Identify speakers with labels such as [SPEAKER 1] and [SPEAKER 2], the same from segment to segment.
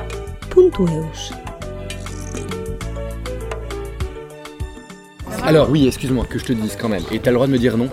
[SPEAKER 1] radiocultura.eus.
[SPEAKER 2] Alors oui, excuse-moi que je te dise quand même. Et t'as le droit de me dire non.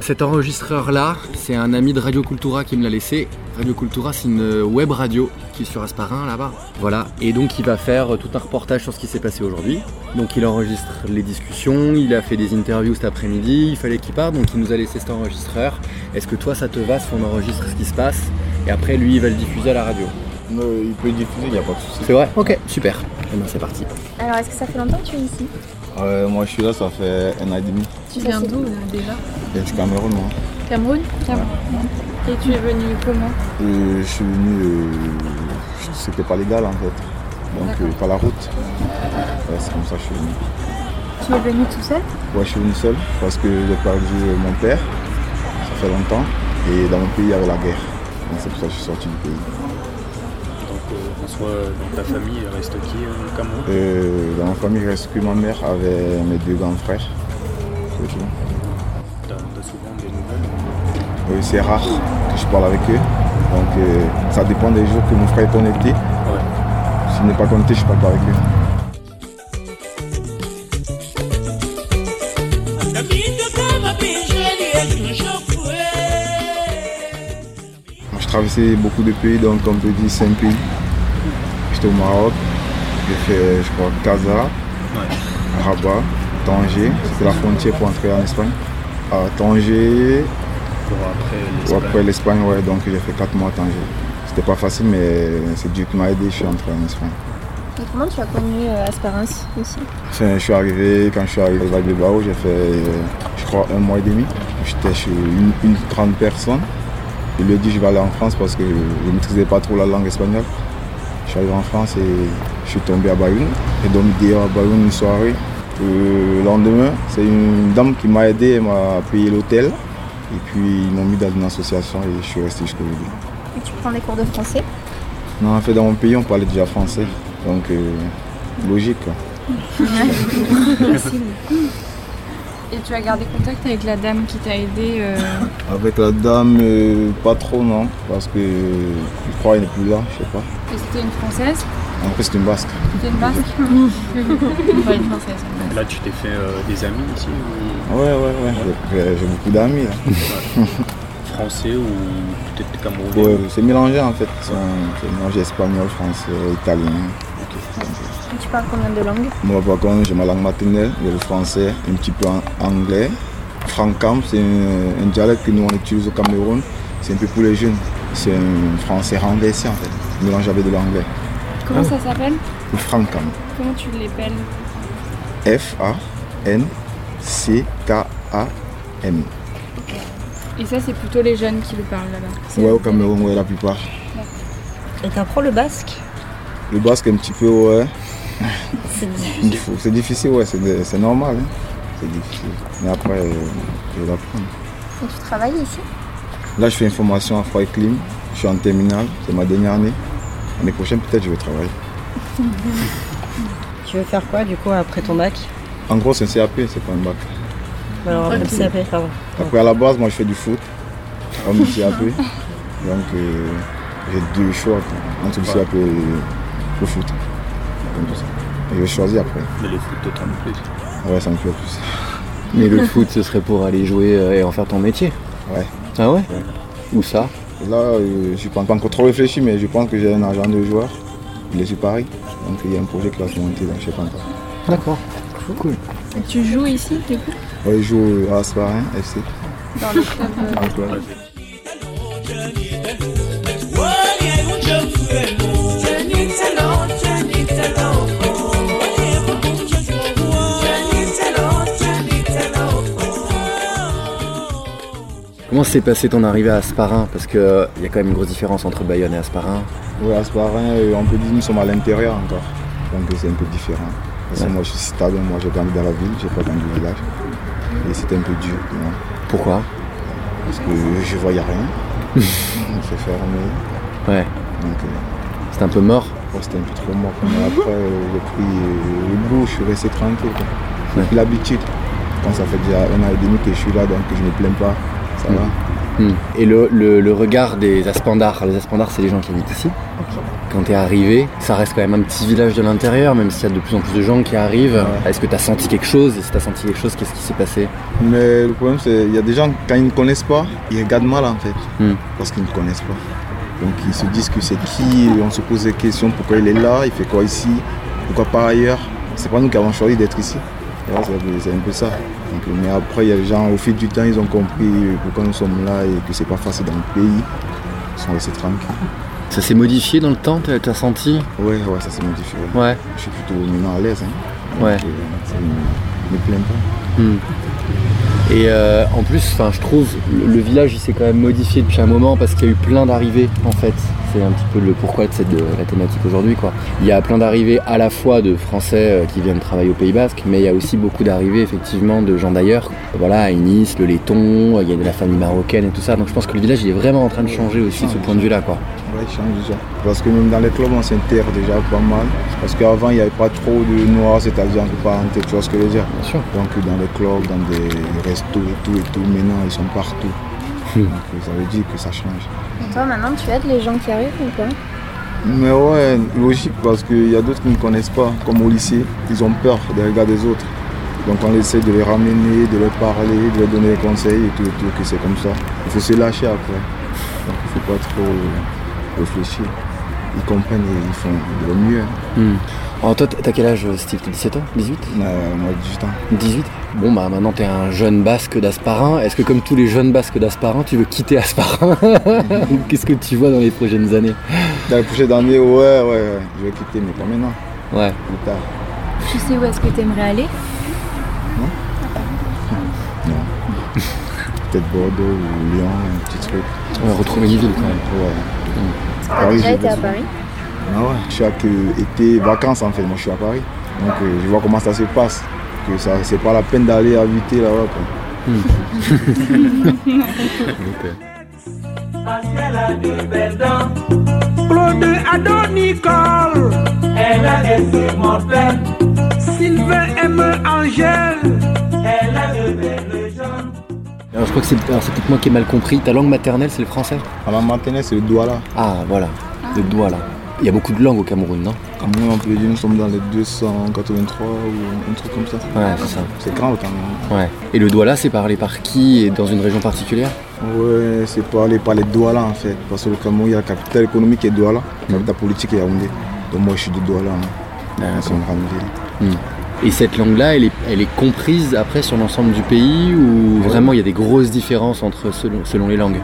[SPEAKER 2] Cet enregistreur-là, c'est un ami de Radio Cultura qui me l'a laissé. Radio Cultura, c'est une web radio qui est sur Asparin là-bas. Voilà. Et donc il va faire euh, tout un reportage sur ce qui s'est passé aujourd'hui. Donc il enregistre les discussions, il a fait des interviews cet après-midi. Il fallait qu'il parte, donc il nous a laissé cet enregistreur. Est-ce que toi, ça te va si on enregistre ce qui se passe Et après, lui, il va le diffuser à la radio.
[SPEAKER 3] Euh, il peut le diffuser, il n'y a pas de souci.
[SPEAKER 2] C'est vrai Ok, super. Eh ben c'est parti.
[SPEAKER 4] Alors, est-ce que ça fait longtemps que tu es ici
[SPEAKER 3] Euh, moi, je suis là, ça fait un an et demi.
[SPEAKER 5] Tu viens d'où euh, déjà
[SPEAKER 3] Et du Cameroun, moi.
[SPEAKER 5] Cameroun Cameroun. Et tu es venu comment
[SPEAKER 3] Euh, je suis venu. euh, C'était pas légal en fait. Donc, euh, par la route. Ouais, c'est comme ça que je suis venu.
[SPEAKER 4] Tu es venu tout seul
[SPEAKER 3] Ouais, je suis venu seul parce que j'ai perdu euh, mon père. Ça fait longtemps. Et dans mon pays, il y avait la guerre. Donc, c'est pour ça que je suis sorti du pays.
[SPEAKER 6] Donc euh, François, euh, donc ta famille elle reste qui euh, au Cameroun
[SPEAKER 3] Euh, dans ma famille, il reste que ma mère avec mes deux grands frères. C'est tout.
[SPEAKER 6] T'as t'as souvent des
[SPEAKER 3] Euh,
[SPEAKER 6] nouvelles
[SPEAKER 3] c'est rare que je parle avec eux. Donc euh, ça dépend des jours que mon frère est connecté. S'il n'est pas connecté, je parle pas avec eux. Moi, J'ai traversé beaucoup de pays, donc on peut dire 5 pays. J'étais au Maroc, j'ai fait, je crois, Gaza, Rabat, Tanger, c'était la frontière pour entrer en Espagne. À Tanger,
[SPEAKER 6] pour après
[SPEAKER 3] ou
[SPEAKER 6] l'Espagne
[SPEAKER 3] après l'Espagne, ouais, donc j'ai fait 4 mois à Tanger. C'était pas facile, mais c'est Dieu qui m'a aidé, je suis entré en Espagne.
[SPEAKER 4] Et comment tu as connu euh, Asparance ici
[SPEAKER 3] Enfin, je suis arrivé, quand je suis arrivé à Bilbao, j'ai fait, euh, je crois, un mois et demi. J'étais chez une, une grande personne. Je lui ai dit je vais aller en France parce que je ne maîtrisais pas trop la langue espagnole. Je suis arrivé en France et je suis tombé à Bayonne. J'ai dormi dehors à ah, Bayonne une soirée. Euh, Le lendemain, c'est une dame qui m'a aidé, elle m'a payé l'hôtel. Et puis ils m'ont mis dans une association et je suis resté jusqu'aujourd'hui.
[SPEAKER 4] Et tu prends des cours de français
[SPEAKER 3] Non, en fait, dans mon pays, on parlait déjà français. Donc, euh, logique. quoi.
[SPEAKER 5] Et tu as gardé contact avec la dame qui t'a aidé euh,
[SPEAKER 3] Avec la dame, euh, pas trop, non. Parce que euh, je crois qu'elle n'est plus là, je sais pas.
[SPEAKER 5] Et c'était une française
[SPEAKER 3] En plus, c'est une basque.
[SPEAKER 5] C'était une basque Ouais, une française.
[SPEAKER 6] Là tu t'es fait euh, des amis ici ou
[SPEAKER 3] Ouais, ouais, ouais. J'ai j'ai beaucoup d'amis. hein. là.
[SPEAKER 6] français ou peut-être camerounais
[SPEAKER 3] Ouais, c'est mélangé en fait. C'est un- c'est mélangé espagnol, français, italien.
[SPEAKER 4] Et tu parles combien de langues
[SPEAKER 3] Moi, par contre, j'ai ma langue maternelle, j'ai le français, un petit peu en anglais. Francam, c'est un, un dialecte que nous on utilise au Cameroun. C'est un peu pour les jeunes. C'est un français renversé en fait, mélangé avec de l'anglais.
[SPEAKER 5] Comment ça s'appelle
[SPEAKER 3] Le francam.
[SPEAKER 5] Comment tu l'appelles
[SPEAKER 3] F-A-N-C-K-A-M.
[SPEAKER 5] Et ça, c'est plutôt les jeunes qui le parlent là-bas. C'est-
[SPEAKER 3] Ouais, au Cameroun, ouais, la plupart.
[SPEAKER 1] Et t'apprends le basque
[SPEAKER 3] Le basque, un petit peu, ouais.
[SPEAKER 1] C'est
[SPEAKER 3] Il faut- C'est difficile, ouais, c'est de- c'est normal. hein. C'est difficile. Mais après, euh, je vais l'apprendre.
[SPEAKER 4] Et tu travailles ici
[SPEAKER 3] Là, je fais une formation à froid et clim. Je suis en terminale, c'est ma dernière année. L'année prochaine, peut-être, je vais travailler.
[SPEAKER 1] Tu veux faire quoi du coup après ton bac
[SPEAKER 3] En gros, c'est un CAP, c'est pas un bac.
[SPEAKER 1] Alors,
[SPEAKER 5] Ok.
[SPEAKER 1] MCAP, pardon.
[SPEAKER 3] Après, à la base, moi, je fais du foot, comme le CAP. Donc, euh, j'ai deux choix quoi, entre le CAP et le foot. Comme ça. Et je choisis après.
[SPEAKER 6] Mais le foot te trompe plus.
[SPEAKER 3] Ouais, ça me plaît plus.
[SPEAKER 2] Mais le foot, ce serait pour aller jouer euh, et en faire ton métier.
[SPEAKER 3] Ouais.
[SPEAKER 2] Ah ouais Où ça
[SPEAKER 3] Là, euh, je pense pas encore trop réfléchi, mais je pense que j'ai un agent de joueur. Il est sur Paris. Donc il y a un projet qui va se monter, donc je sais pas encore.
[SPEAKER 2] D'accord. Cool.
[SPEAKER 5] Et tu joues ici, du coup
[SPEAKER 3] Ouais, il joue euh, à Asparin FC.
[SPEAKER 5] Dans le club euh,
[SPEAKER 3] Ah, quoi.
[SPEAKER 2] Comment s'est passé ton arrivée à Asparin Parce qu'il y a quand même une grosse différence entre Bayonne et Asparin.
[SPEAKER 3] Ouais, Asparin, euh, on peut dire nous sommes à l'intérieur encore. Donc euh, c'est un peu différent. Parce que moi je suis citadin, moi j'ai grandi dans la ville, j'ai pas grandi au village. Et c'était un peu dur pour moi.
[SPEAKER 2] Pourquoi
[SPEAKER 3] Parce que je voyais rien. c'est fermé.
[SPEAKER 2] Ouais.
[SPEAKER 3] Donc euh,
[SPEAKER 2] C'est un peu mort.
[SPEAKER 3] ouais, c'était un peu trop mort. pour moi. après, euh, j'ai pris euh, le goût, je suis resté tranquille. quoi. J'ai pris l'habitude. Quand ça fait déjà un an et demi que je suis là, donc je ne me plains pas. Ça va.
[SPEAKER 2] Hmm. Et le, le- le regard des Aspandars, les Aspandars c'est les gens qui habitent ici. Quand t'es arrivé, ça reste quand même un petit village de l'intérieur, même s'il y a de plus en plus de gens qui arrivent.
[SPEAKER 3] Ouais.
[SPEAKER 2] Est-ce que t'as senti quelque chose Et si t'as senti quelque chose, qu'est-ce qui s'est passé
[SPEAKER 3] Mais le problème, c'est qu'il y a des gens, quand ils ne connaissent pas, ils regardent mal en fait,
[SPEAKER 2] Hmm.
[SPEAKER 3] parce qu'ils ne connaissent pas. Donc ils se disent que c'est qui, on se pose des questions, pourquoi il est là, il fait quoi ici, pourquoi pas ailleurs. C'est pas nous qui avons choisi d'être ici. Tu vois, c'est- C'est un peu ça. Donc, mais après, il y a des gens, au fil du temps, ils ont compris pourquoi nous sommes là et que c'est pas facile dans le pays. Ils sont restés tranquilles.
[SPEAKER 2] Ça s'est modifié dans le temps, t'as t'as senti
[SPEAKER 3] Ouais, ouais, ça c'est modifié.
[SPEAKER 2] Ouais.
[SPEAKER 3] Je suis plutôt maintenant à l'aise. Hein.
[SPEAKER 2] Ouais.
[SPEAKER 3] Donc, euh, ça ne me plaint pas.
[SPEAKER 2] Et euh, en plus, enfin, je trouve le, le village il s'est quand même modifié depuis un moment parce qu'il y a eu plein d'arrivées en fait. C'est un petit peu le pourquoi de cette de la thématique aujourd'hui quoi. Il y a plein d'arrivées à la fois de Français euh, qui viennent travailler au Pays Basque, mais il y a aussi beaucoup d'arrivées effectivement de gens d'ailleurs. Voilà, à Nice, le Letton, euh, il y a de la famille marocaine et tout ça. Donc je pense que le village il est vraiment en train de changer aussi de ce point de vue là quoi.
[SPEAKER 3] Ouais, ils changent déjà. Parce que même dans les clubs, on s'intègre déjà pas mal. Parce qu'avant, il n'y avait pas trop de noirs, c'est-à-dire entre parenthèses, tu vois ce que je veux dire.
[SPEAKER 2] Bien sûr.
[SPEAKER 3] Donc dans les clubs, dans des restos et tout et tout, maintenant ils sont partout.
[SPEAKER 2] Hmm.
[SPEAKER 3] Donc ça veut dire que ça change.
[SPEAKER 4] Et toi, maintenant, tu aides les gens qui arrivent ou pas
[SPEAKER 3] Mais ouais, logique, parce qu'il y a d'autres qui ne connaissent pas, comme au lycée, ils ont peur des regards des autres. Donc on essaie de les ramener, de leur parler, de leur donner des conseils et tout, et tout, que c'est comme ça. Il faut se lâcher après. Donc il ne faut pas trop euh, réfléchir. Ils comprennent et ils font de leur mieux. hein.
[SPEAKER 2] Alors toi, t'as quel âge Steve T'as 17 ans 18
[SPEAKER 3] Euh, moi, 18 ans.
[SPEAKER 2] 18 Bon bah maintenant t'es un jeune basque d'Asparin. Est-ce que comme tous les jeunes basques d'Asparin, tu veux quitter Asparin Ou Qu'est-ce que tu vois dans les prochaines années
[SPEAKER 3] Dans les prochaines années, ouais, ouais, ouais, je vais quitter, mais pas maintenant,
[SPEAKER 2] Ouais.
[SPEAKER 3] plus tard.
[SPEAKER 5] Tu sais où est-ce que tu aimerais aller
[SPEAKER 3] Peut-être Bordeaux ou Lyon, un petit truc.
[SPEAKER 2] On va retrouver une ville quand même.
[SPEAKER 3] Ouais.
[SPEAKER 4] T'as
[SPEAKER 3] Paris,
[SPEAKER 4] déjà
[SPEAKER 3] j'ai
[SPEAKER 4] été à
[SPEAKER 3] besoin.
[SPEAKER 4] Paris
[SPEAKER 3] Ah ouais, chaque euh, été, vacances en fait, moi je suis à Paris. Donc euh, je vois comment ça se passe. Que ça, c'est pas la peine d'aller habiter là-bas. quoi.
[SPEAKER 7] Angela de Verdun, Claude Adonicole, elle a été mortelle, Sylvain M. Angèle, elle a de belles jambes.
[SPEAKER 2] Alors je crois que c'est alors, c'est peut-être moi qui ai mal compris. Ta langue maternelle c'est le français
[SPEAKER 3] À la matinée, c'est le Douala.
[SPEAKER 2] Ah voilà, le doigt là. Il y a beaucoup de langues au Cameroun, non
[SPEAKER 3] Quand même, on peut dire, nous sommes dans les 283 ou un truc comme ça.
[SPEAKER 2] Ouais, c'est ça.
[SPEAKER 3] C'est grave quand même.
[SPEAKER 2] Ouais. Et le doigt là c'est parlé par qui et dans une région particulière
[SPEAKER 3] Ouais, c'est parlé par les Douala en fait. Parce que le Cameroun, il y a la capitale économique qui est Douala, la capitale politique est Yaoundé. Donc moi je suis de Douala. hein. C'est une grande ville.
[SPEAKER 2] Et cette langue là, elle est, elle est comprise après sur l'ensemble du pays ou vraiment il y a des grosses différences entre selon, selon les langues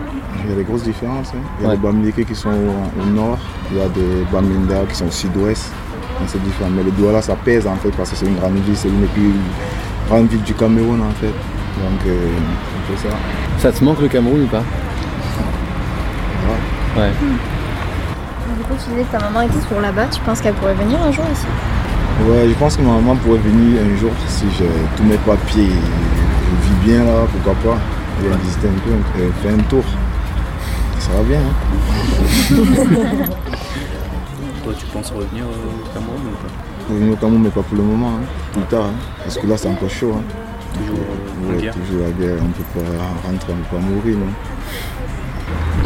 [SPEAKER 3] Il y a des grosses différences. hein. Il y a
[SPEAKER 2] Ouais.
[SPEAKER 3] des Bamileke qui sont au, au nord, il y a des Baminda qui sont au sud-ouest. Donc, C'est différent. Mais le Douala, ça pèse en fait parce que c'est une grande ville, c'est une des plus grande ville du Cameroun en fait. Donc euh, c'est un peu ça.
[SPEAKER 2] Ça te manque le Cameroun ou pas Ouais.
[SPEAKER 4] Du coup, tu disais que ta maman était toujours là-bas. Tu penses qu'elle pourrait venir un jour ici
[SPEAKER 3] Ouais, je pense que ma maman pourrait venir un jour si j'ai tous mes papiers et je vis bien là, pourquoi pas. Elle va visiter un peu, euh, faire un tour. Ça va bien. hein.
[SPEAKER 6] Toi, tu penses revenir euh, au Cameroun ou pas
[SPEAKER 3] Pour venir au Cameroun, mais pas pour le moment, hein. plus tard. hein. Parce que là, c'est encore chaud. hein.
[SPEAKER 6] Toujours euh, en
[SPEAKER 3] Ouais,
[SPEAKER 6] guerre
[SPEAKER 3] toujours la guerre, on ne peut pas rentrer, on ne peut pas mourir. non.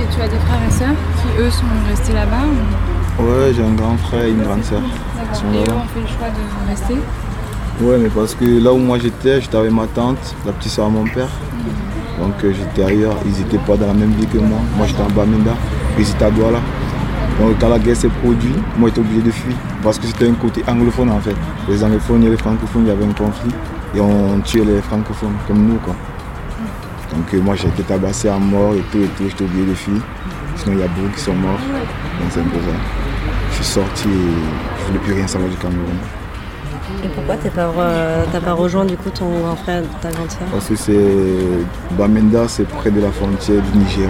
[SPEAKER 5] Et tu as des frères et sœurs qui, eux, sont restés là-bas ou-
[SPEAKER 3] Ouais, j'ai un grand frère et une grande sœur. Ils sont
[SPEAKER 5] Et eux
[SPEAKER 3] là-bas.
[SPEAKER 5] ont fait le choix de rester.
[SPEAKER 3] Ouais, mais parce que là où moi j'étais, j'étais avec ma tante, la petite soeur à mon père. Donc euh, j'étais ailleurs, ils n'étaient pas dans la même ville que moi. Moi j'étais en Baminda, ils étaient à Douala. Donc quand la guerre s'est produite, moi j'étais obligé de fuir. Parce que c'était un côté anglophone en fait. Les anglophones et les francophones, il y avait un conflit. Et on tuait les francophones, comme nous quoi. Donc euh, moi j'ai été tabassé à mort et tout et tout, j'étais obligé de fuir. Sinon il y a beaucoup qui sont morts. Donc c'est un peu ça. Je suis sorti et je voulais plus rien savoir du Cameroun.
[SPEAKER 1] Et pourquoi t'es pas, re- t'as pas rejoint du coup ton grand frère, ta grande sœur
[SPEAKER 3] Parce que c'est Bamenda, c'est près de la frontière du Nigeria.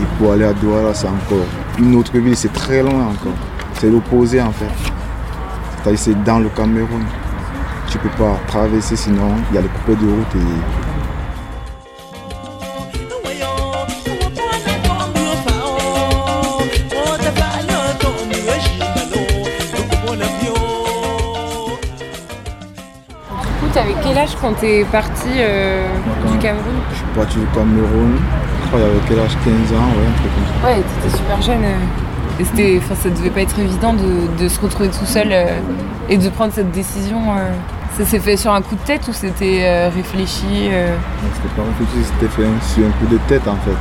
[SPEAKER 3] Et pour aller à Douala, c'est encore une autre ville, c'est très loin encore. C'est l'opposé en fait. C'est-à-dire c'est dans le Cameroun. Tu peux pas traverser sinon il y a les coupés de route et
[SPEAKER 5] Du coup, t'avais quel âge quand t'es parti euh, du Cameroun
[SPEAKER 3] Je suis parti du Cameroun crois, j'avais quel âge 15 ans, ouais, un truc comme ça.
[SPEAKER 8] Ouais, t'étais super jeune. euh, Et c'était, enfin, ça devait pas être évident de, de se retrouver tout seul euh, et de prendre cette décision. euh. Ça s'est fait sur un coup de tête ou c'était euh, réfléchi euh,
[SPEAKER 3] Donc, C'était pas réfléchi, c'était fait un- sur un coup de tête en fait.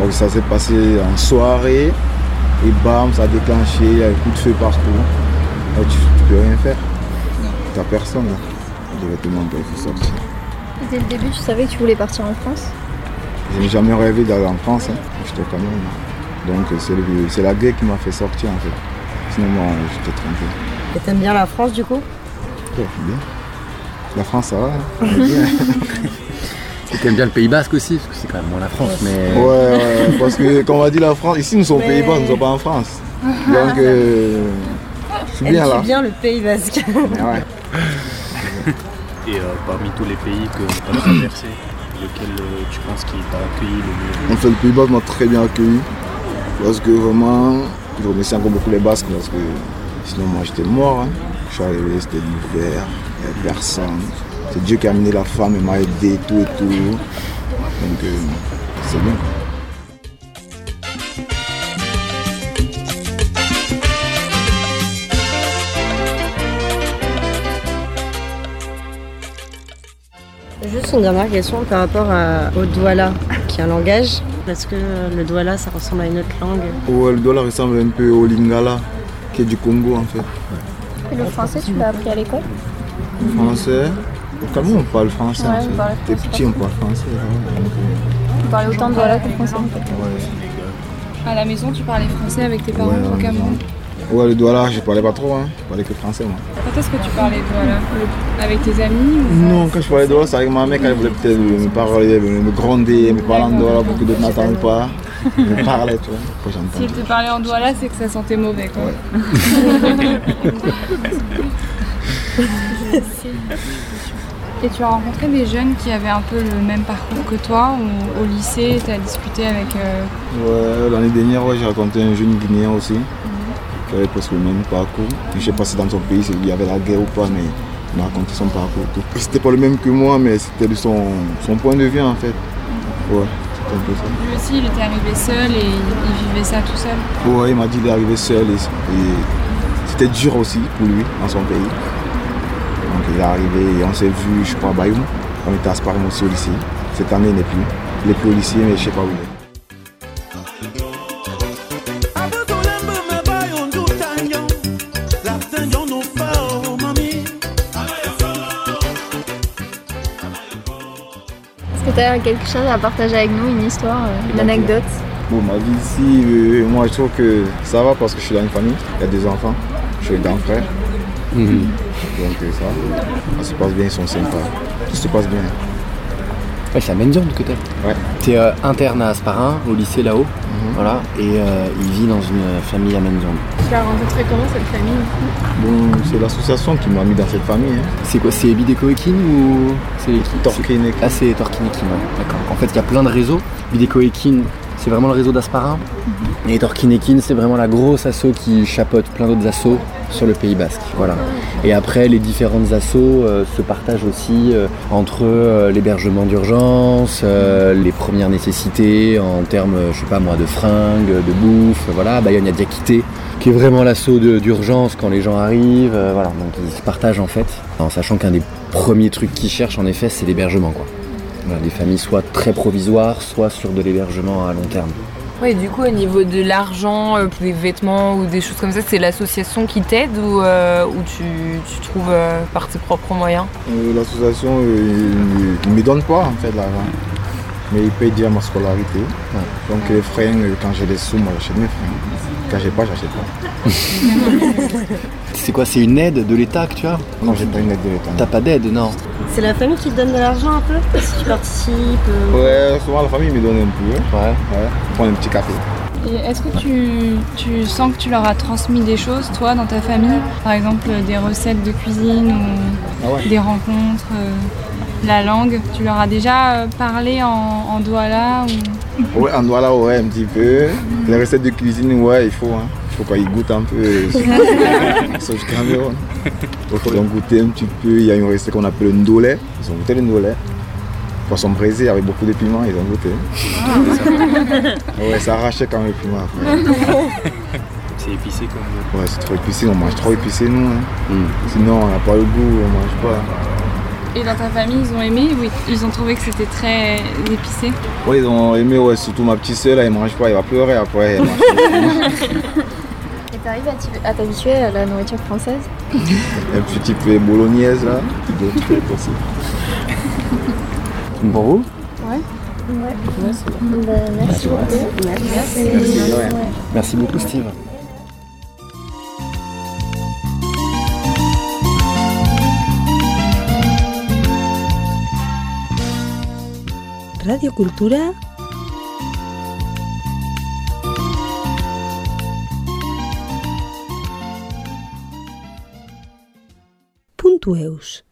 [SPEAKER 3] Donc ça s'est passé en soirée et bam, ça a déclenché, il y a un coup de feu partout. Là, tu, tu peux rien faire. T'as personne là. Je vais te demander, il faut sortir.
[SPEAKER 4] Dès le début, tu savais que tu voulais partir en France
[SPEAKER 3] J'ai jamais rêvé d'aller en France, hein. j'étais quand même. Donc euh, c'est le- c'est la guerre qui m'a fait sortir en fait. Sinon moi euh, j'étais trompé.
[SPEAKER 1] Et t'aimes bien la France du coup
[SPEAKER 3] Ouais, c'est bien. La France ça va. hein.
[SPEAKER 2] Et t'aimes bien le Pays Basque aussi, parce que c'est quand même moins la France, mais.
[SPEAKER 3] Ouais, ouais, parce que comme on a dit la France, ici nous sommes aux
[SPEAKER 1] Mais-
[SPEAKER 3] Pays-Bas, nous ne sommes pas en France. Donc euh, je suis bien
[SPEAKER 1] Aimes-tu
[SPEAKER 3] là.
[SPEAKER 1] bien le Pays Basque
[SPEAKER 3] Ouais.
[SPEAKER 6] Et euh, parmi tous les pays que tu as traversé, lequel euh, tu penses qui t'a accueilli le
[SPEAKER 3] En fait, le Pays-Bas m'a très bien accueilli. Parce que vraiment, je remercie encore beaucoup les Basques parce que sinon moi j'étais mort. hein. Je suis arrivé, c'était l'hiver, il n'y avait personne. C'est Dieu qui a amené la femme, il m'a aidé et tout et tout. Donc euh, c'est bien.
[SPEAKER 1] Juste une dernière question par rapport à- au Douala, qui est un langage. Est-ce que le Douala, ça ressemble à une autre langue
[SPEAKER 3] Ouais, le dollar ressemble un peu au Lingala, qui est du Congo en fait.
[SPEAKER 4] Et le français, tu l'as appris à l'école
[SPEAKER 3] Le français. Comment on parle français hein,
[SPEAKER 4] Ouais,
[SPEAKER 3] en
[SPEAKER 4] on parle
[SPEAKER 3] fait. T'es
[SPEAKER 4] français.
[SPEAKER 3] petit, on parle français. hein. Donc, euh,
[SPEAKER 4] Tu parlais autant de voilà que le français. en fait.
[SPEAKER 3] ouais.
[SPEAKER 5] À la maison, tu parlais français avec tes parents au
[SPEAKER 3] Ouais,
[SPEAKER 5] Cameroun.
[SPEAKER 3] ouais. Ouais, le Douala, je parlais pas trop, hein. je parlais que français moi.
[SPEAKER 5] Quand est-ce que tu parlais voilà Avec tes amis ou-
[SPEAKER 3] Non, quand je parlais de Douala, c'est avec ma mère, elle voulait peut-être me parler, elle voulait me gronder, me parler en Douala pour que d'autres n'attendent pas. Elle me parlait, tu vois, faut que
[SPEAKER 5] S'il
[SPEAKER 3] j'entende.
[SPEAKER 5] te parlait en douala, c'est que ça sentait mauvais quoi.
[SPEAKER 3] Ouais.
[SPEAKER 5] Et tu as rencontré des jeunes qui avaient un peu le même parcours que toi ou au lycée, tu as discuté avec euh,
[SPEAKER 3] Ouais, L'année dernière, ouais, j'ai rencontré un jeune Guinéen aussi, qui avait presque le même parcours. Je sais pas si dans son pays il y avait la guerre ou pas, mais il m'a raconté son parcours. et tout. C'était pas le même que moi, mais c'était de son, son point de vue en fait. Ouais, c'était un peu ça.
[SPEAKER 5] lui aussi, il était arrivé seul et il, il vivait ça tout seul.
[SPEAKER 3] Ouais, il m'a dit d'arriver seul et, et c'était dur aussi pour lui dans son pays. Donc il est arrivé et on s'est vu, je crois, à Bayoum. On était à Sparm aussi au lycée. Cette année, il n'est plus. Il est plus au lycée, mais je sais pas où il est.
[SPEAKER 4] Est-ce que tu as quelque chose à partager avec nous, une histoire, euh, une anecdote
[SPEAKER 3] Bon, ma vie ici, euh, moi je trouve que ça va parce que je suis dans une famille. Il y a des enfants, je suis un grand frère.
[SPEAKER 2] Mhm.
[SPEAKER 3] Donc euh, ça, va. ça se passe bien, ils sont sympas. Tout se passe bien.
[SPEAKER 2] Ouais, c'est la même zone que t'es.
[SPEAKER 3] Ouais.
[SPEAKER 2] T'es euh, interne à Asparin, au lycée là-haut, voilà, et euh, il vit dans une famille à même zone.
[SPEAKER 5] Tu l'as rencontré comment cette famille
[SPEAKER 3] Bon, c'est l'association qui m'a mis dans cette famille. Hein.
[SPEAKER 2] C'est quoi C'est Bidekoekin ou c'est les qui c'est-
[SPEAKER 3] Torquay, Neck.
[SPEAKER 2] Ah, c'est Torkinekin, ouais, d'accord. En fait, il y a plein de réseaux. Bidekoekin, c'est vraiment le réseau d'Asparin. Et Torkinekin, c'est vraiment la grosse asso qui chapeaute plein d'autres assos sur le Pays Basque. Voilà. Et après, les différentes assos euh, se partagent aussi euh, entre euh, l'hébergement d'urgence, euh, les premières nécessités en termes, euh, je sais pas moi, de fringues, de bouffe, euh, voilà. Bayonne a Diakité, qui est vraiment l'assaut de- d'urgence quand les gens arrivent, euh, voilà. Donc ils se partagent en fait, en sachant qu'un des premiers trucs qu'ils cherchent en effet, c'est l'hébergement, quoi. Voilà, des familles soit très provisoires, soit sur de l'hébergement à long terme.
[SPEAKER 8] Ouais, du coup, au niveau de l'argent, euh, des vêtements ou des choses comme ça, c'est l'association qui t'aide ou, euh, ou tu, tu trouves euh, par tes propres moyens
[SPEAKER 3] Euh, L'association ne me donne pas en fait l'argent, mais il paye déjà ma scolarité. Donc les fringues, euh, quand j'ai des sous, moi j'achète mes fringues. Quand j'ai pas, j'achète pas.
[SPEAKER 2] C'est quoi C'est une aide de l'État que tu as
[SPEAKER 3] Non, j'ai pas une aide de
[SPEAKER 2] T'as
[SPEAKER 3] l'État.
[SPEAKER 2] pas d'aide, non
[SPEAKER 1] C'est la famille qui te donne de l'argent un peu Si tu participes euh,
[SPEAKER 3] Ouais, souvent la famille me donne un peu. hein.
[SPEAKER 2] Ouais.
[SPEAKER 3] Ouais. On prend un petit café.
[SPEAKER 5] Et est-ce que tu, tu sens que tu leur as transmis des choses, toi, dans ta famille Par exemple, euh, des recettes de cuisine ou
[SPEAKER 3] Ah ouais.
[SPEAKER 5] des rencontres, euh, la langue. Tu leur as déjà euh, parlé en, en douala ou...
[SPEAKER 3] Ouais, en doit là, ouais, un petit peu. Les recettes de cuisine, ouais, il faut. hein. Il faut qu'ils goûtent un peu. Sauf du Cameroun. Donc, Ils ont goûté un petit peu. Il y a une recette qu'on appelle le ndolé. Ils ont goûté le ndolé. poisson braisé avec beaucoup de piment, ils ont goûté. ouais, ça arrachait quand même le piment après.
[SPEAKER 6] C'est épicé comme euh, vous.
[SPEAKER 3] Ouais, c'est trop épicé, on mange trop épicé nous. hein. Sinon, on n'a pas le goût, on mange pas.
[SPEAKER 5] Et dans ta famille, ils ont aimé ou ils ont trouvé que c'était très épicé
[SPEAKER 3] Ouais, ils ont aimé, ouais, surtout ma petite soeur, là, elle mange pas, elle va pleurer après. elle mange pas.
[SPEAKER 4] Et t'arrives à t'y- à t'habituer à la nourriture française
[SPEAKER 3] Un petit peu bolognaise, là, d'autres trucs aussi.
[SPEAKER 2] Pour vous
[SPEAKER 4] Bah, Merci beaucoup.
[SPEAKER 3] Merci, ouais.
[SPEAKER 2] Merci beaucoup, Steve.
[SPEAKER 9] Radio Cultura Punto Eus